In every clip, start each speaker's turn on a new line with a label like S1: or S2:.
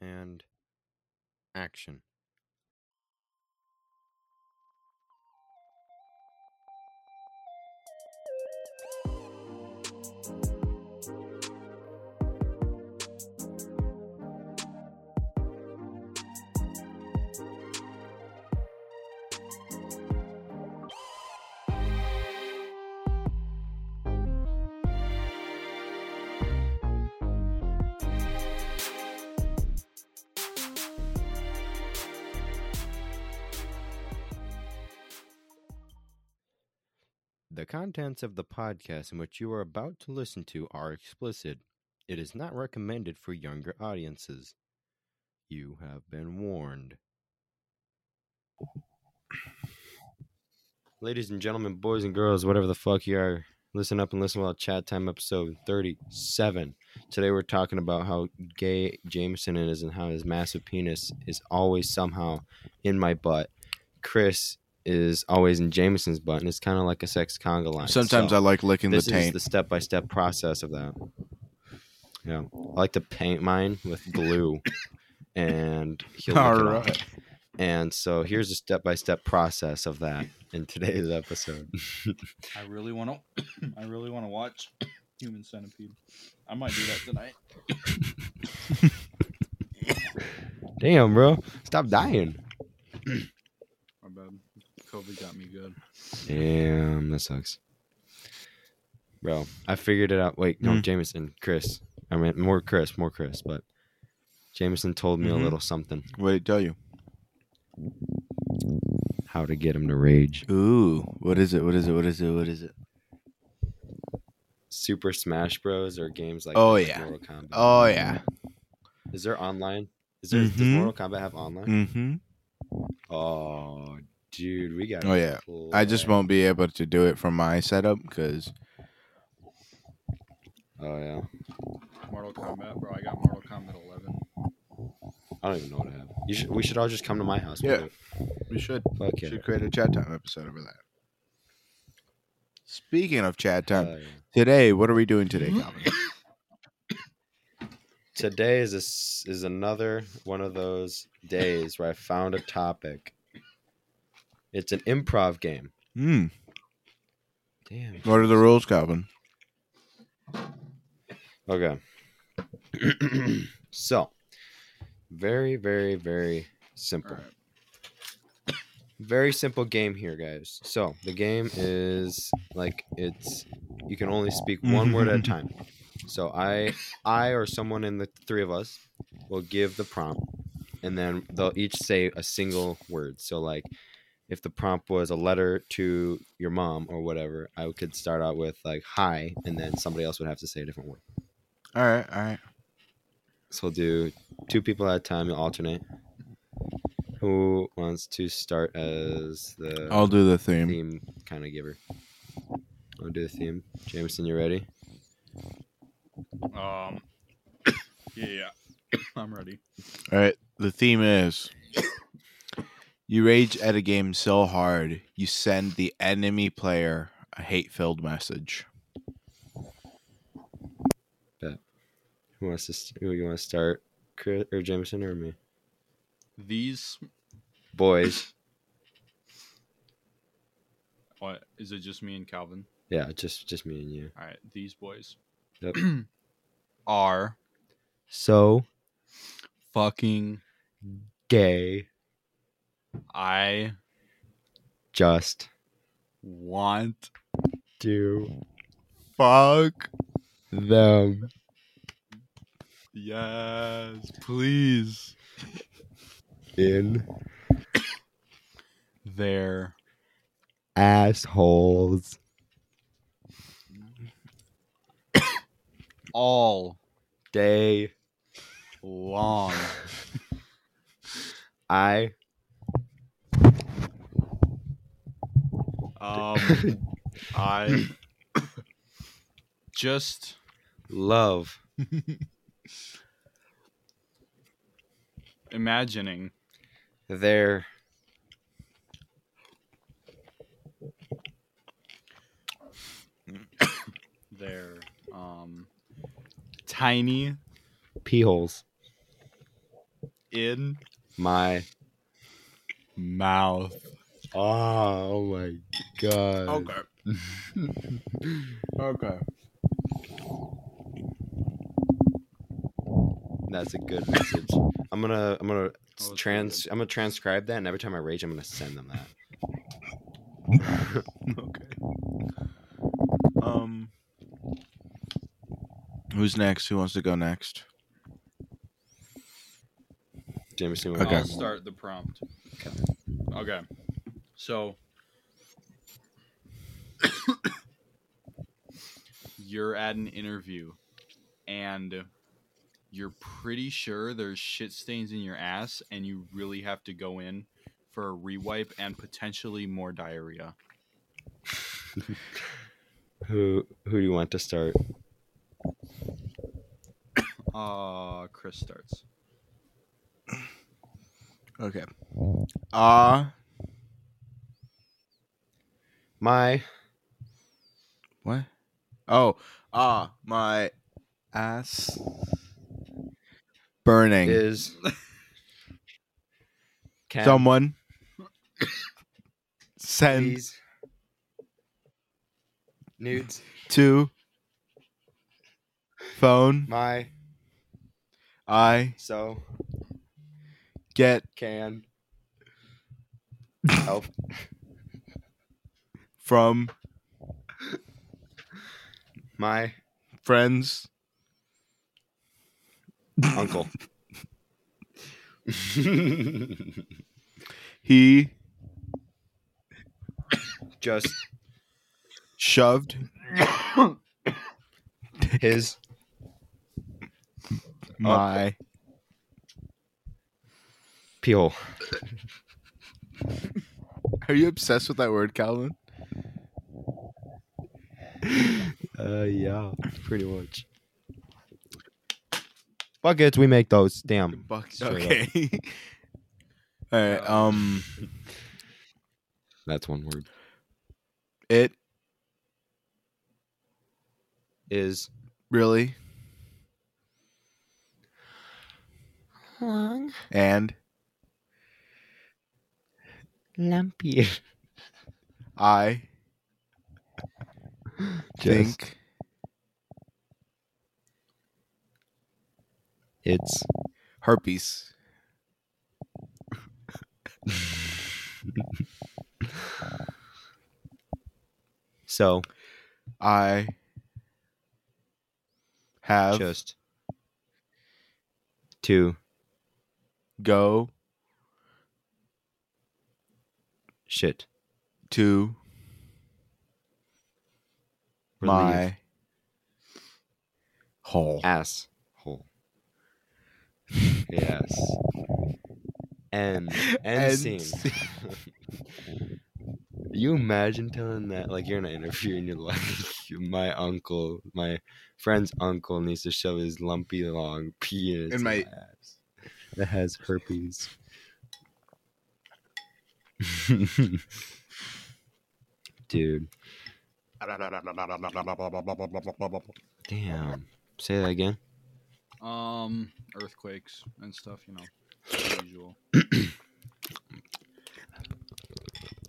S1: and action The contents of the podcast in which you are about to listen to are explicit. It is not recommended for younger audiences. You have been warned. Ladies and gentlemen, boys and girls, whatever the fuck you are, listen up and listen while chat time episode 37. Today we're talking about how gay Jameson is and how his massive penis is always somehow in my butt. Chris is always in Jameson's butt, and it's kind of like a sex conga line.
S2: Sometimes
S1: So-
S2: I like licking the
S1: this is
S2: taint.
S1: the step by step process of that. Yeah, I like to paint mine with glue, and he'll lick it off.
S2: Alright.
S1: And so here's a step by step process of that in today's episode.
S3: I really want to. I really want to watch Human Centipede. I might do that tonight.
S1: Damn, bro, stop dying.
S3: My bad. COVID got me good.
S1: Damn, that sucks, bro. I figured it out. Wait, no,
S2: Mm.
S1: Jameson, Chris. I mean, more Chris, more Chris, but Jameson told me
S2: Mhm.
S1: a little something
S2: What did it tell you?
S1: how to get him to rage.
S2: Ooh, what is it? What is it? What is it? What is it?
S1: Super Smash Bros. or games like that,
S2: Oh,
S1: like
S2: yeah.
S1: Mortal Kombat.
S2: Oh yeah.
S1: Is there online? Is there does
S2: Mhm.
S1: Mortal Kombat have online?
S2: Mm-hmm.
S1: Oh, dude, we got.
S2: Oh, yeah. I just won't be able to do it from my setup because
S1: Oh yeah,
S3: Mortal Kombat, bro. I got Mortal Kombat 11.
S1: I don't even know what I have. You should, we should all just come to my house.
S2: Yeah.
S1: brother.
S2: we should
S1: Fuck yeah.
S2: should create a chat time episode over that. Speaking of chat time,
S1: Hell yeah.
S2: today what are we doing today, Calvin?
S1: Today is a s is another one of those days where I found a topic. It's an improv game.
S2: Hmm.
S1: Damn.
S2: What are the rules, Calvin?
S1: Okay. so, very, very, very simple.
S3: Alright.
S1: Very simple game here, guys. So, the game is like it's you can only speak one word at a time. So, I I or someone in the three of us will give the prompt and then they'll each say a single word. So like if the prompt was a letter to your mom or whatever, I could start out with like hi and then somebody else would have to say a different word.
S2: All right, all right.
S1: So we'll do two people at a time. You'll alternate. Who wants to start as the
S2: I'll do the theme.
S1: theme kind of giver? I'll do the theme. Jameson, you ready?
S3: Um. Yeah, yeah. I'm ready.
S2: All right. The theme is you rage at a game so hard you send the enemy player a hate-filled message.
S1: Who wants to? st- Who you want to start? Chris or Jameson or me?
S3: These.
S1: Boys.
S3: What is it? Just me and Calvin.
S1: Yeah, just just me and you.
S3: All right. These boys
S1: Yep.
S3: are
S1: So
S3: fucking.
S1: gay.
S3: I
S1: Just
S3: want
S1: do
S2: Fuck.
S1: them.
S3: yes, please.
S1: in
S3: Their
S1: assholes.
S3: all
S1: Day
S3: long.
S1: I
S3: Um. I just
S1: love
S3: imagining
S1: their
S3: their um tiny
S1: pee holes.
S3: in
S1: My
S2: Mouth.
S1: oh, my god.
S3: Oh,
S2: Okay.
S1: That's a good message. I'm gonna I'm gonna
S3: it's really
S1: trans I'm gonna transcribe that, and every time I rage, I'm gonna send them that.
S2: Okay. Um. Who's next? Who wants to go next?
S1: Jameson.
S2: Okay.
S3: I'll start the prompt. Okay. So you're at an interview and you're pretty sure there's shit stains in your ass and you really have to go in for a rewipe and potentially more diarrhea.
S1: Who who do you want to start?
S3: Uh Chris starts.
S2: Okay. Ah.
S1: My
S2: What? Oh, ah, my ass burning.
S1: is can
S2: Someone send
S1: please nudes
S2: to phone.
S1: my
S2: I
S1: so
S2: get
S1: can help
S2: from
S1: my
S2: friends.
S1: uncle.
S2: He
S1: Just
S2: shoved
S1: his
S2: my
S1: pee hole.
S2: Are you obsessed with that word, Calvin?
S1: Uh, yeah, pretty much. Buckets, we make those. Damn. Straight up.
S2: Okay. All right. Um,
S1: That's one word.
S2: it
S1: Is
S2: really
S1: long,
S2: and
S1: lumpy.
S2: I think
S1: it's
S2: herpes.
S1: so
S2: I have
S1: just to
S2: go
S1: shit.
S2: to
S1: Relief.
S2: my hole.
S1: ass hole. yes. End. End
S2: End
S1: scene. you imagine telling that like you're in an interview and you're like, my uncle, my friend's uncle needs to shove his lumpy long pee in, his
S2: In my-
S1: ass that has herpes. Dude, damn. Say that again.
S3: Um earthquakes and stuff, you know. the Usual.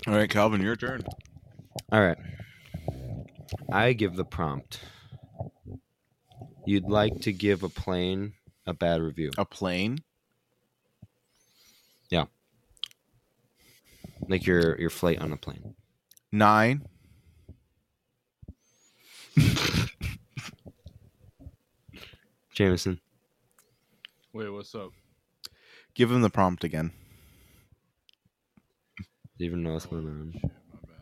S2: All right, Calvin, your turn.
S1: All right. I give the prompt. You'd like to give a plane a bad review.
S2: A plane?
S1: Like your your flight on a plane.
S2: Nine.
S1: Jameson,
S3: Wait, what's up?
S2: Give him the prompt again.
S1: do you even know what's
S3: Oh,
S1: going on?
S3: shit, my bad.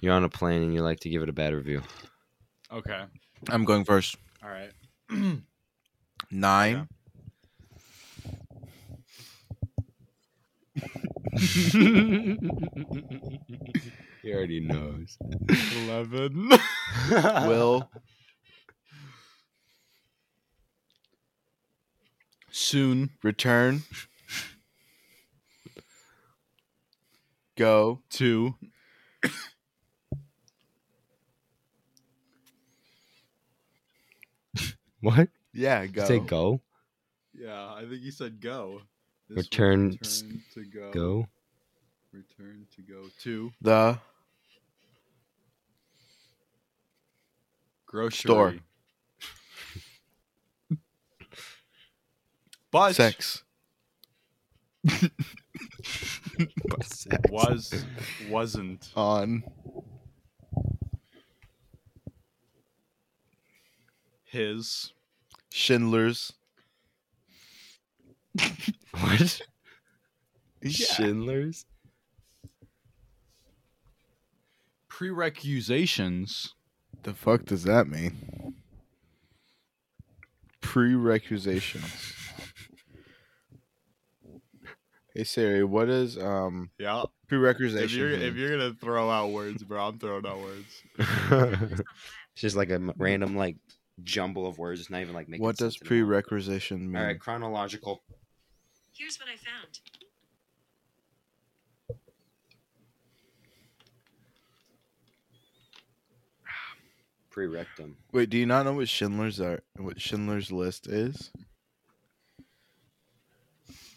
S1: You're on a plane and you like to give it a bad review.
S3: Okay.
S2: I'm going first.
S3: All right.
S2: Nine.
S1: He already knows.
S3: 11.
S2: Will
S3: Soon
S2: return. Go
S3: to
S1: What?
S2: Yeah,
S1: Did
S2: go.
S1: you Say go.
S3: Yeah, I think he said go. This was
S1: Return s-
S3: return to go.
S1: Go.
S3: Return to go to
S2: The
S3: grocery
S2: Store.
S3: But
S2: sex.
S3: was wasn't
S2: On
S3: his
S2: Schindler's.
S1: What?
S2: Yeah.
S1: Schindler's?
S3: prerequisitions.
S2: The fuck does that mean? Prerequisitions. Hey Siri, what is um
S3: Yeah.
S2: prerequisition?
S3: If you're if
S2: mean?
S3: you're gonna throw out words, bro, I'm throwing out words.
S1: it's just like a m- random like jumble of words. It's not even like making
S2: what does
S1: sense anymore.
S2: prerequisition mean?
S1: All right,
S3: Mm.
S1: chronological.
S4: Here's what I found.
S1: Pre-rectum.
S2: Wait, do you not know what Schindler's are? What Schindler's List is?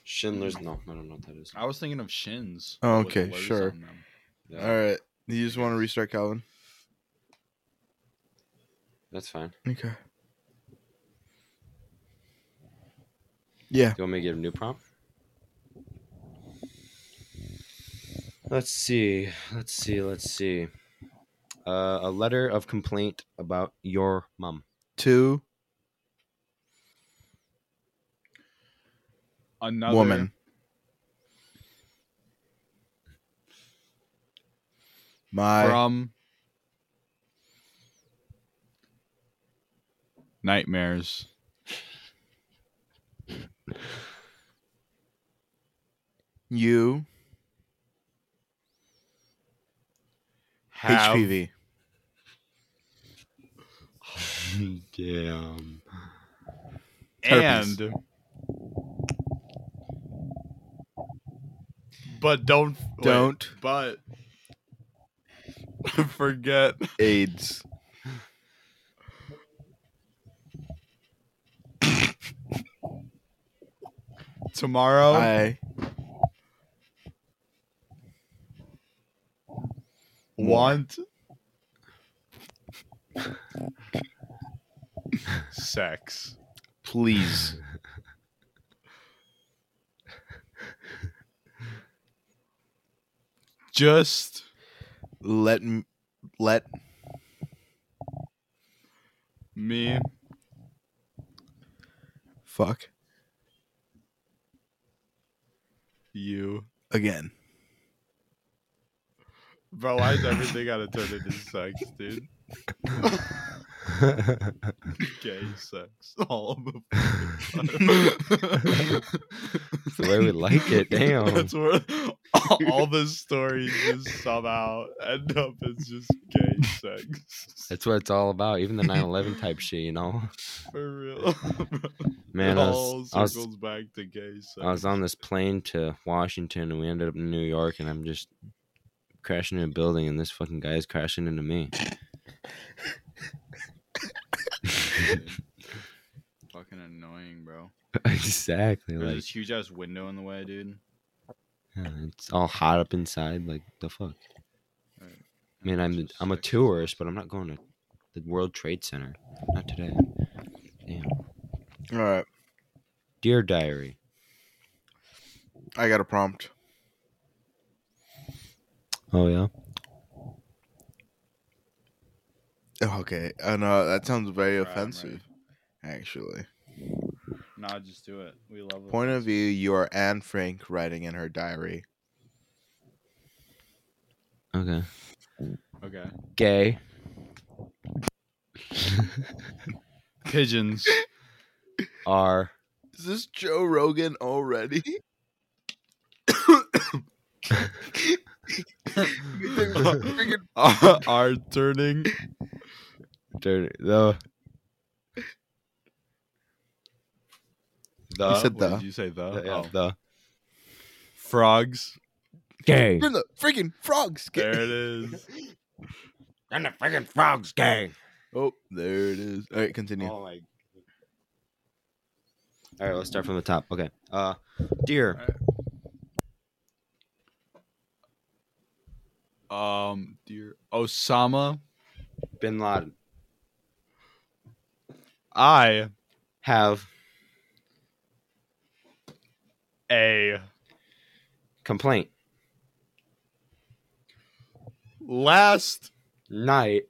S1: Schindler's. No, I don't know what that is.
S3: I was thinking of shins.
S2: Oh,
S3: with
S2: okay,
S3: letters
S2: sure.
S3: on them.
S1: Yeah,
S2: All right, you just want to restart, Calvin?
S1: That's fine.
S2: Okay. Yeah.
S1: Do you want me to give a new prompt? Let's see. Let's see. Let's see. Uh, a letter of complaint about your mom.
S2: Two
S3: Another
S2: woman. My
S3: from nightmares.
S2: you
S3: Have
S2: HPV.
S1: Damn.
S2: herpes.
S3: and but don't wait,
S2: Don't.
S3: but forget
S2: AIDS.
S3: tomorrow
S2: I
S3: want sex.
S2: please
S3: Just
S2: let m- let
S3: me
S2: fuck
S3: you.
S2: again.
S3: Bro, why is everything gotta turn into sex, dude? Gay sex. All the
S1: It's the way we like it. Damn.
S3: That's where all the stories just somehow end up as just gay sex.
S1: That's what it's all about. Even the 9/11 type shit, you know.
S3: For real.
S1: Man,
S3: it
S1: I
S3: all
S1: was, I was
S3: circles back to gay sex.
S1: I was on this plane to Washington and we ended up in New York and I'm just crashing in a building and this fucking guy is crashing into me.
S3: Fucking annoying, bro.
S1: exactly.
S3: There's
S1: Like
S3: this huge ass window in the way, dude.
S1: yeah, it's all hot up inside. Like the fuck. I
S3: Right.
S1: mean, I'm
S3: Just
S1: I'm a
S3: sex.
S1: tourist, but I'm not going to the World Trade Center. Not today. Damn.
S2: All right,
S1: Dear diary,
S2: I got a prompt.
S1: Oh yeah.
S2: Okay, I know that sounds very
S3: Right, right.
S2: offensive. Actually,
S3: Nah, just do it. We love
S2: point of view: you are Anne Frank writing in her diary.
S1: Okay.
S3: Okay.
S1: Gay.
S3: Pigeons.
S1: Are
S2: Is this Joe Rogan already?
S3: are turning
S1: dirty. The.
S2: You said
S3: what
S2: the.
S3: Did you say the?
S1: the, yeah,
S3: Oh.
S1: the
S3: Frogs.
S1: gay.
S2: You're the freaking frogs.
S3: There it is.
S1: And the freaking frogs gay.
S3: Oh
S2: Oh, there it is. All right, continue.
S1: my. All right, let's start from the top. Okay. Uh, deer.
S3: Um, dear Osama,
S1: Bin Laden
S3: I
S1: have
S3: a
S1: complaint
S3: last
S1: night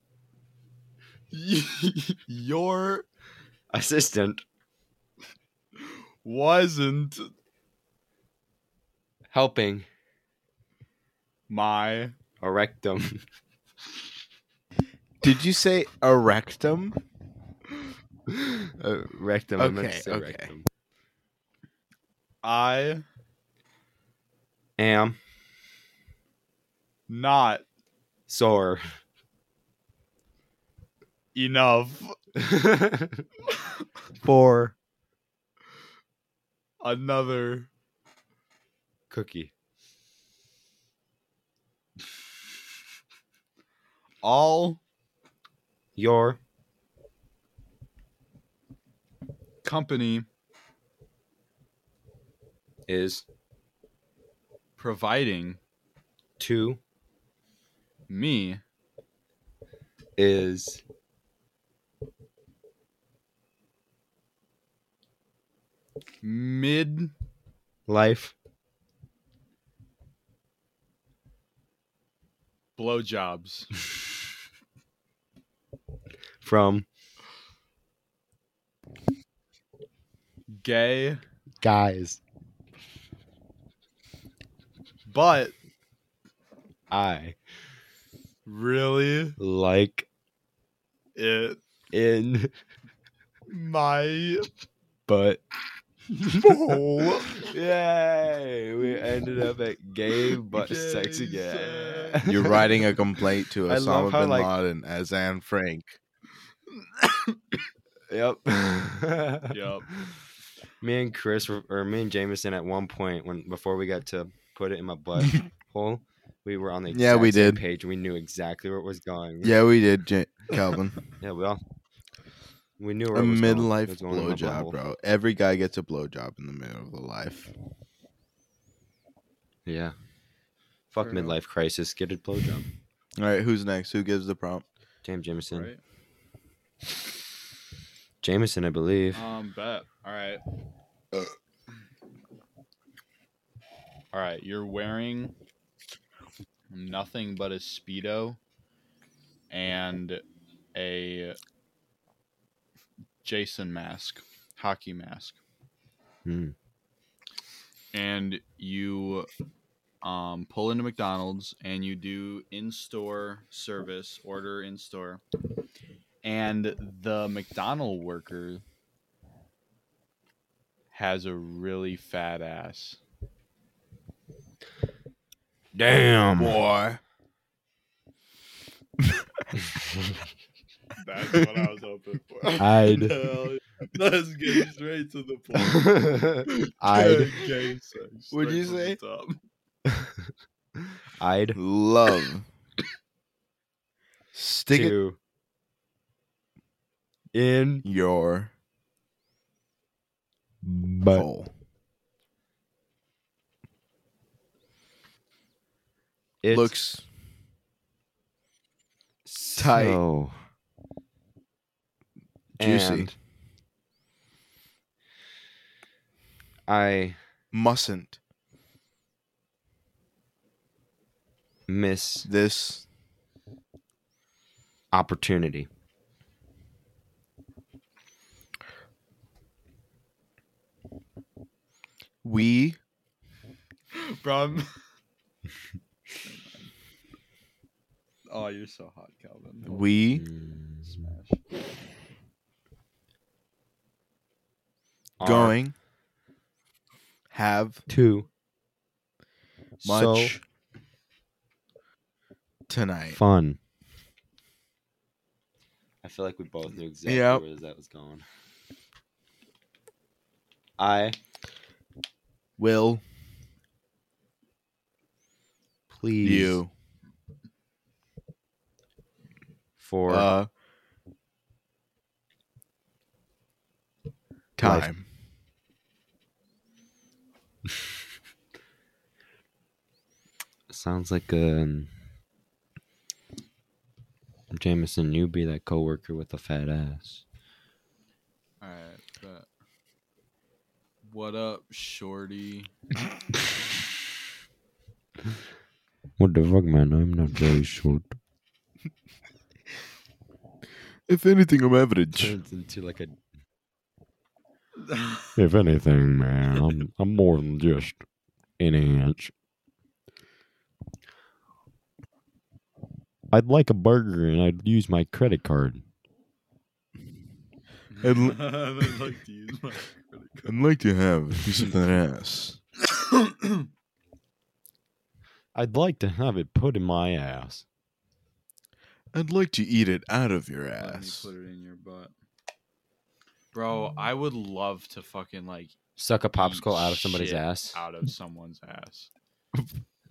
S3: your
S1: assistant
S3: wasn't
S1: helping
S3: my
S1: erectum.
S2: Did you say erectum?
S1: uh, rectum. I meant
S2: Okay,
S1: to say
S2: okay.
S1: rectum.
S3: I
S1: Am
S3: not
S1: sore.
S3: enough
S2: For
S3: another
S1: Cookie.
S3: all
S1: Your
S3: company
S1: is
S3: providing
S1: two
S3: me
S1: is
S3: mid
S1: life
S3: blowjobs
S1: from
S3: gay
S1: guys.
S3: but
S1: I
S3: really
S1: like
S3: it
S1: in
S3: my
S1: but
S3: bowl
S1: Yay! We ended up at gay but
S3: Gay
S1: sex again.
S3: sex.
S2: you're writing a complaint to
S1: I love
S2: Osama
S1: how,
S2: bin
S1: like-
S2: Laden as Anne Frank.
S1: Yep.
S3: Yep.
S1: Me and Chris were, or me and Jameson at one point when before we got to put it in my butt hole, we were on the
S2: Yeah, we
S1: exact same
S2: did.
S1: page. We knew exactly where it was going.
S2: Yeah, we did, J- Calvin.
S1: Yeah, we all we knew
S2: a
S1: where it was going. It
S2: midlife
S1: was going in my
S2: blowjob,
S1: butthole.
S2: bro. Every guy gets a blowjob in the middle of the life.
S1: Yeah. Fuck
S3: Fair enough.
S1: midlife crisis. Get a blowjob.
S2: All right, who's next? Who gives the prompt?
S1: Damn Jameson.
S3: right
S1: Jameson, I believe.
S3: um bet all right all right you're wearing nothing but a speedo and a jason mask hockey mask
S1: Hmm.
S3: and you um, pull into McDonald's and you do in-store service, order in-store, and the McDonald worker has a really fat ass.
S1: Damn.
S2: Boy.
S3: That's what I was hoping for.
S1: I'd
S3: Let's get straight to the point.
S1: I'd
S2: What'd you say?
S1: I'd
S2: Love. Stick it
S1: to in
S2: your
S1: but
S2: bowl.
S1: it
S2: Looks tight.
S1: so
S2: Juicy.
S1: and I
S2: mustn't
S1: miss
S2: this
S1: opportunity.
S2: we
S3: From. oh, you're so hot, Calvin. Holy
S2: we
S3: smash.
S1: Are
S2: going have
S1: to so
S2: much tonight.
S1: fun. I feel like we both knew exactly
S2: Yep.
S1: where that was going. I
S2: Will
S1: please
S2: you
S1: for
S2: uh
S1: Life.
S2: time
S1: Sounds like um Jamison, you be that coworker with a fat ass.
S3: All right, but what up, shorty?
S1: What the fuck, man? I'm not very short.
S2: If anything, I'm average.
S1: Turns into like a
S5: If anything, man, I'm I'm more than just an inch. I'd like a burger and I'd use my credit card.
S2: I'd, l-
S3: I'd like to use my credit
S2: I'd like to have a piece of that ass.
S3: card.
S5: I'd like to have it put in my ass.
S2: I'd like to eat it out of your
S3: Let me
S2: ass.
S3: put it in your butt. Bro, I would love to fucking like
S1: suck a popsicle out of somebody's
S3: shit
S1: ass.
S3: out of someone's ass.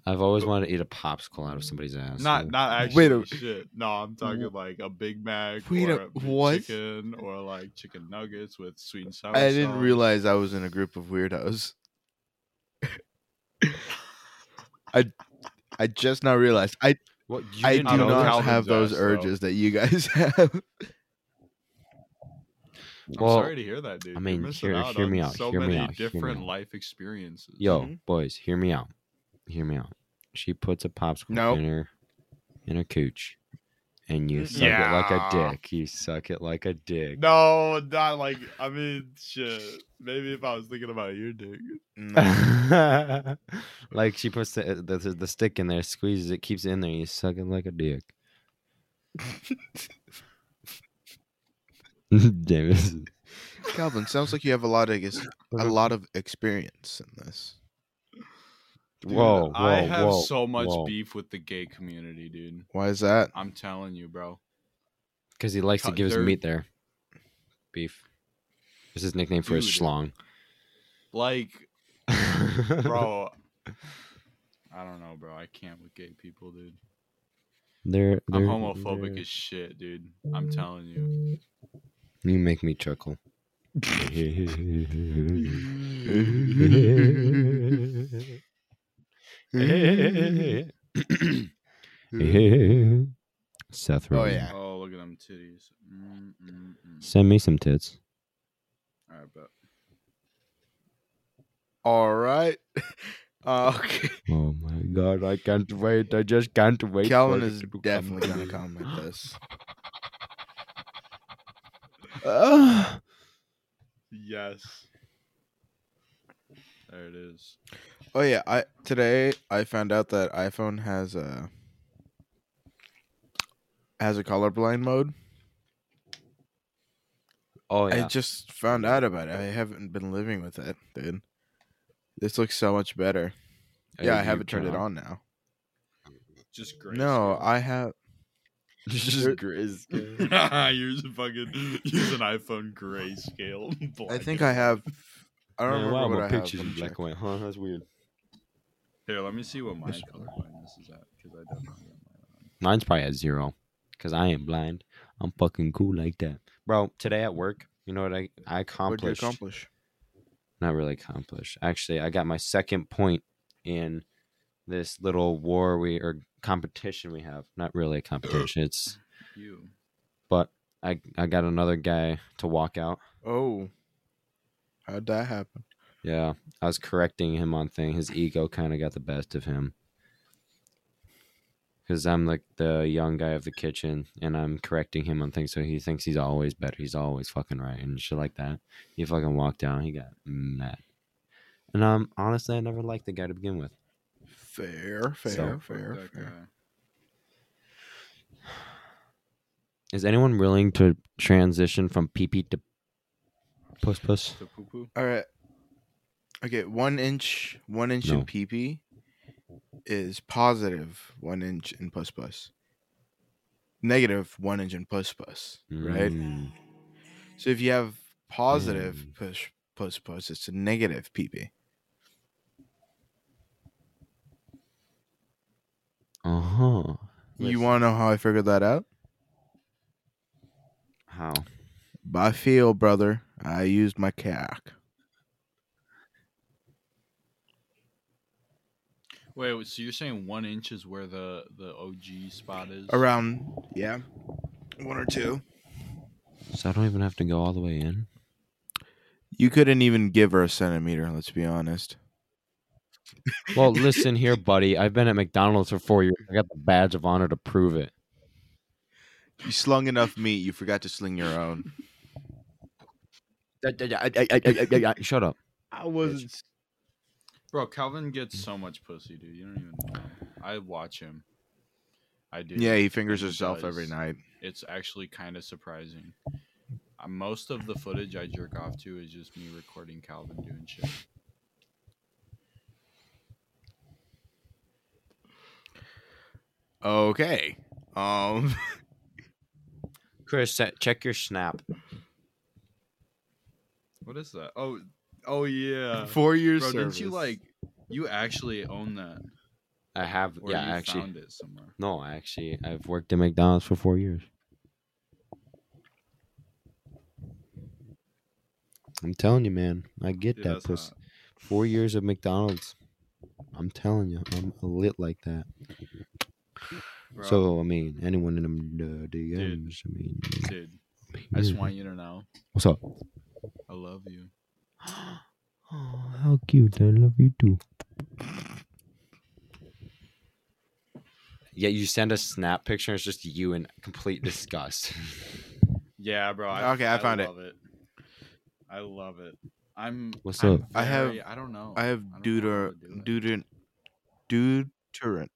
S1: I've always wanted to eat a popsicle out of somebody's ass.
S3: Not
S1: dude.
S3: not actually
S2: Wait a-
S3: shit. No, I'm talking like a Big Mac
S2: Wait
S3: or
S2: a-
S3: a, big
S2: what?
S3: chicken or like chicken nuggets with sweet and sour
S2: I didn't
S3: sauce.
S2: realize I was in a group of weirdos. I I just now realized I
S1: What, you
S2: I do
S1: didn't
S3: out
S2: not
S3: of
S1: know
S3: Calvin's
S2: have those
S3: ass, though.
S2: urges that you guys have.
S1: that?
S3: I'm
S1: Well,
S3: sorry to hear that, dude.
S1: I mean,
S3: You're missing
S1: hear-
S3: out
S1: hear
S3: on
S1: me out,
S3: So
S1: hear me
S3: many
S1: out, hear me
S3: different
S1: out.
S3: life experiences.
S1: yo,
S2: Mhm.
S1: boys, hear me out. Hear me out. She puts a popsicle
S2: Nope.
S1: in her in her cooch, and you suck it like a
S3: Mm-hmm. Yeah.
S1: dick. You suck it like a dick.
S3: No, not like I mean, shit. Maybe if I was thinking about your dick. Mm.
S1: like she puts the, uh, the the stick in there, squeezes it, keeps it in there, and you suck it like a dick. Davis,
S2: Calvin, sounds like you have a lot of ex- a lot of experience in this.
S3: Dude,
S1: whoa, whoa,
S3: I have
S1: whoa,
S3: so much
S1: whoa.
S3: beef with the gay community, dude.
S2: Why is that?
S3: I'm telling you, bro.
S1: Because he likes to
S3: Cut
S1: give his
S3: their-
S1: meat there. Beef. This is his nickname for his
S3: Dude.
S1: schlong.
S3: Like, bro, I don't know, bro. I can't with gay people, dude.
S1: They're,
S3: I'm
S1: they're-
S3: homophobic
S1: they're-
S3: as shit, dude. I'm telling you.
S1: You make me chuckle.
S5: Seth
S2: Oh,
S5: Rogen.
S2: yeah.
S3: Oh, look at them titties. Mm, mm, mm.
S5: Send me some tits.
S3: All right, but
S2: All right. Uh, okay.
S5: Oh my god, I can't wait. I just can't wait.
S2: Calvin
S5: for
S2: is
S5: it to come.
S2: definitely gonna comment this. Oh,
S3: yes. There it is.
S2: Oh yeah, I today I found out that iPhone has a has a colorblind mode.
S1: Oh,
S2: I
S1: yeah.
S2: just found out about it. I haven't been living with it, dude. This looks so much better. yeah, I haven't turned it on now.
S3: Just great.
S2: No, I have. There-
S3: Yours is fucking use an iPhone grayscale.
S2: I
S3: black
S2: think
S3: and
S2: I have. I don't
S1: Man,
S2: remember
S1: wow,
S2: what
S1: my
S2: I have.
S1: pictures
S2: Let
S1: in
S2: me
S1: black
S2: check.
S1: and white, huh? That's weird.
S3: Here, let me see what my
S1: Yes.
S3: color blindness is at because I definitely got mine.
S1: Mine's probably at zero, cause I ain't blind. I'm fucking cool like that, bro. Today at work, you know what I I
S2: What'd you
S1: accomplished?
S2: accomplish?
S1: Not really accomplished. Actually, I got my second point in this little war we or competition we have. Not really a competition. It's
S3: You.
S1: but I I got another guy to walk out.
S2: Oh, how'd that happen?
S1: Yeah, I was correcting him on thing. His ego kind of got the best of him. Cause I'm like the young guy of the kitchen, and I'm correcting him on things, so he thinks he's always better. He's always fucking right and shit like that. He fucking walked down. He got mad. And um, honestly, I never liked the guy to begin with.
S2: Fair, fair,
S1: So-
S2: fair,
S3: That
S2: fair.
S3: guy.
S1: Is anyone willing to transition from pee pee to puss puss?
S3: The poo poo.
S2: All right. Okay, one inch, one inch
S1: No.
S2: in PP is positive one inch in plus plus. Negative one inch in plus plus, right?
S1: Mm.
S2: So if you have positive
S1: Mm.
S2: push plus plus, it's a negative PP.
S1: Uh huh.
S2: You
S1: Listen.
S2: want to know how I figured that out?
S1: How?
S2: By feel, brother. I used my cack.
S3: Wait, wait, so you're saying one inch is where the the OG spot is?
S2: Around, yeah, one or two.
S5: So I don't even have to go all the way in.
S2: You couldn't even give her a centimeter. Let's be honest.
S5: Well, listen here, buddy. I've been at McDonald's for four years. I got the badge of honor to prove it.
S2: You slung enough meat. You forgot to sling your own.
S5: Shut up.
S2: I
S1: wasn't-
S3: Bro, Calvin gets so much pussy, dude. You don't even know. I watch him. I do.
S2: Yeah, he fingers herself
S3: does.
S2: every night.
S3: It's actually kind of surprising. Uh, most of the footage I jerk off to is just me recording Calvin doing shit.
S2: Okay. Um.
S1: Chris, se- check your snap.
S3: What is that? Oh, oh yeah.
S2: Four years.
S3: Bro, didn't you like? You actually own that?
S1: I have.
S3: Or
S1: yeah,
S3: you
S1: I actually.
S3: found it somewhere.
S1: No, I actually, I've worked at McDonald's for four years. I'm telling you, man. I get
S3: Dude,
S1: that
S3: that's
S1: pussy.
S3: hot.
S1: Four years of McDonald's. I'm telling you, I'm lit like that.
S3: Bro,
S1: So I mean, anyone in them uh, DMs, I mean,
S3: dude, I just want you to know
S1: what's up?
S3: I love you.
S1: Oh, how cute! I love you too. Yeah, you send a snap picture. It's just you in complete disgust.
S3: Yeah, bro. I,
S2: Okay, I found it.
S3: love it. I love it. I'm.
S1: What's
S3: I'm
S1: up?
S2: I have-
S3: very- I don't know.
S2: I have
S3: don't know how
S2: deuter
S3: to do it.
S2: deuter deuterant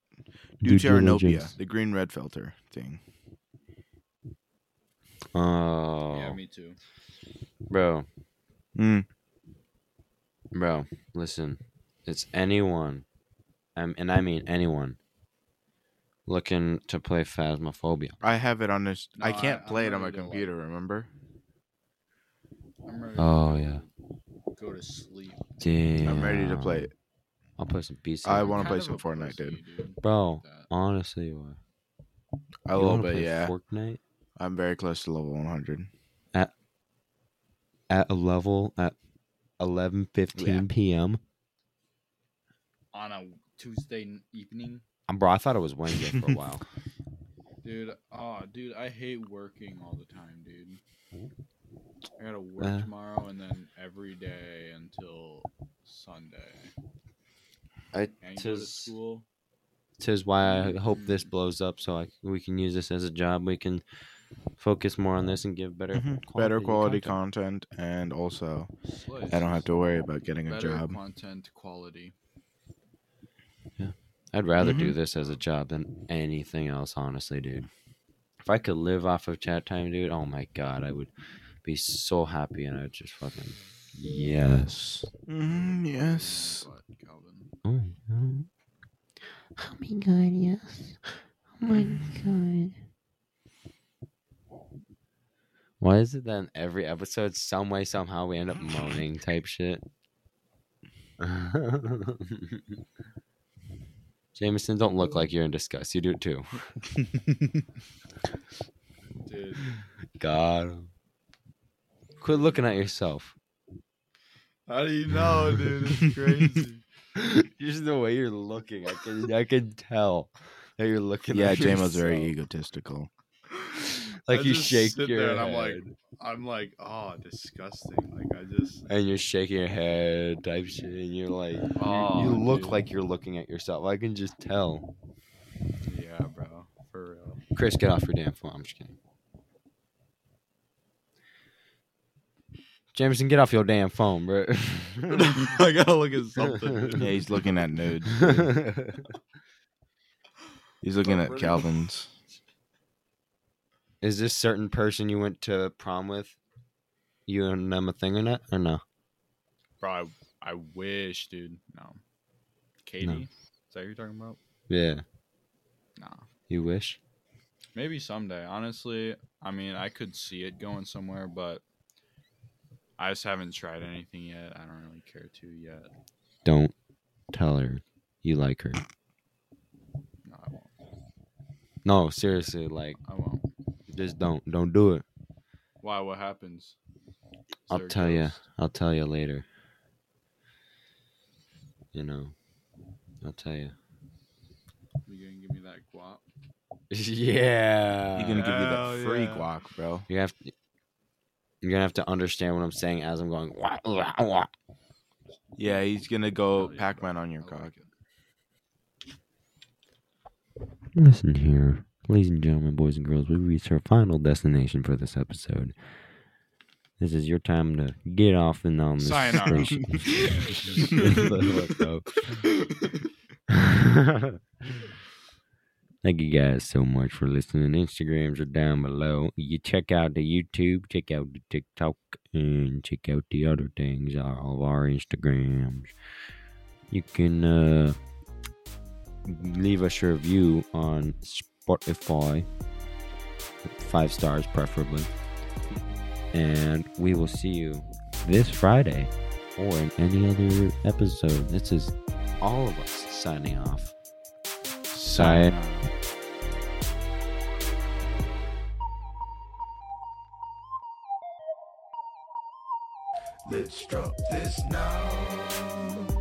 S5: Due
S2: deuteranopia,
S5: diligence.
S2: the green red filter thing.
S1: Oh,
S3: Yeah, me too.
S1: bro.
S2: Mm.
S1: Bro, listen. It's anyone, um, and I mean anyone, looking to play Phasmophobia.
S2: I have it on this. I
S3: No, I-
S2: can't
S3: I'm
S2: play it on my
S3: ready to, like-
S2: computer. Remember?
S3: I'm ready
S1: Oh, yeah.
S3: to go to sleep.
S1: Damn.
S2: I'm ready to play it.
S1: I'll play some beats.
S2: I
S1: later.
S2: wanna
S3: Kind
S2: play
S3: of
S2: some
S3: a
S2: Fortnite,
S3: pussy, dude.
S1: Bro,
S3: That-
S1: honestly, boy.
S2: A
S1: You
S2: little
S1: wanna
S2: bit,
S1: play
S2: yeah.
S1: Fortnite
S2: I'm very close to level 100.
S1: at a level at 11:15 p.m.
S3: On a Tuesday n- evening,
S1: Um, bro, I thought it was Wednesday for a while.
S3: dude. Oh, dude, I hate working all the time, dude. I gotta work
S1: Uh.
S3: tomorrow and then every day until Sunday.
S1: I
S3: And go to
S1: tis
S3: school.
S1: tis why I hope this blows up so I we can use this as a job. We can focus more on this and give Mm-hmm. better
S2: Better quality content, and also
S3: Slice.
S2: I don't have to worry about getting a
S3: Better
S2: job.
S3: content quality.
S1: I'd rather do
S2: Mhm.
S1: this as a job than anything else, honestly, dude. If I could live off of chat time, dude, oh my god, I would be so happy and I'd just fucking yes.
S2: Mm, yes.
S3: But, Calvin,
S1: Oh, oh.
S6: Oh my god, yes. Oh my god.
S1: Why is it that in every episode, some way, somehow, we end up moaning type shit? Jameson, don't look like you're in disgust. You do it too.
S3: dude,
S1: God. Quit looking at yourself.
S3: how do you know, dude? It's crazy.
S1: Just the way you're looking, I can I can tell that you're looking.
S2: Yeah,
S1: at
S2: Jamo's very
S1: yourself.
S2: egotistical.
S1: e- Like
S3: I
S1: you
S3: just
S1: shake
S3: sit
S1: your
S3: there
S1: head,
S3: and
S1: and,
S3: I'm like, I'm like, oh, disgusting. Like I just,
S1: you're shaking your head type shit, and you're like, you-
S3: Oh,
S1: you look
S3: dude.
S1: like you're looking at yourself. I can just tell.
S3: yeah, bro, for real.
S1: Chris, get off your damn phone. I'm just kidding. Jameson, get off your damn phone, bro.
S3: I gotta look at something.
S2: Yeah, he's looking at nudes. He's looking at Calvin's.
S1: Is this certain person you went to prom with? You and them a thing or not? Or no?
S3: Bro, I, I wish, dude. No, Katie, is that who you're talking about?
S1: Yeah.
S3: Nah,
S1: You wish?
S3: maybe someday. Honestly, I mean, I could see it going somewhere, but I just haven't tried anything yet. I don't really care to yet.
S1: Don't tell her you like her.
S3: No, I won't.
S1: No, seriously, like
S3: I won't.
S1: just don't don't do it.
S3: Why? What happens? Is
S1: I'll
S3: there a
S1: tell ya.
S3: ghost?
S1: I'll tell you later. You know. I'll tell you.
S3: You gonna give me that guap?
S1: yeah.
S2: He's gonna give you
S3: Uh, Hell
S2: that free
S3: yeah.
S2: guac, bro.
S1: You have to. You're gonna have to understand what I'm saying as I'm going. Wah, wah, wah.
S2: Yeah, he's gonna go
S3: Hell yeah,
S2: Pac Man
S3: bro.
S2: on your
S3: I like
S2: cock.
S3: it.
S1: Listen here, ladies and gentlemen, boys and girls. We've reached our final destination for this episode. This is your time to get off and on this
S3: Sayonara.
S1: station. Let go. Thank you guys so much for listening. Instagrams are down below. You check out the YouTube, check out the TikTok, and check out the other things all of our Instagrams. You can uh, leave us your review on Spotify, five stars preferably. And we will see you this Friday or in any other episode. This is all of us signing off. Sign.
S2: Let's drop this now.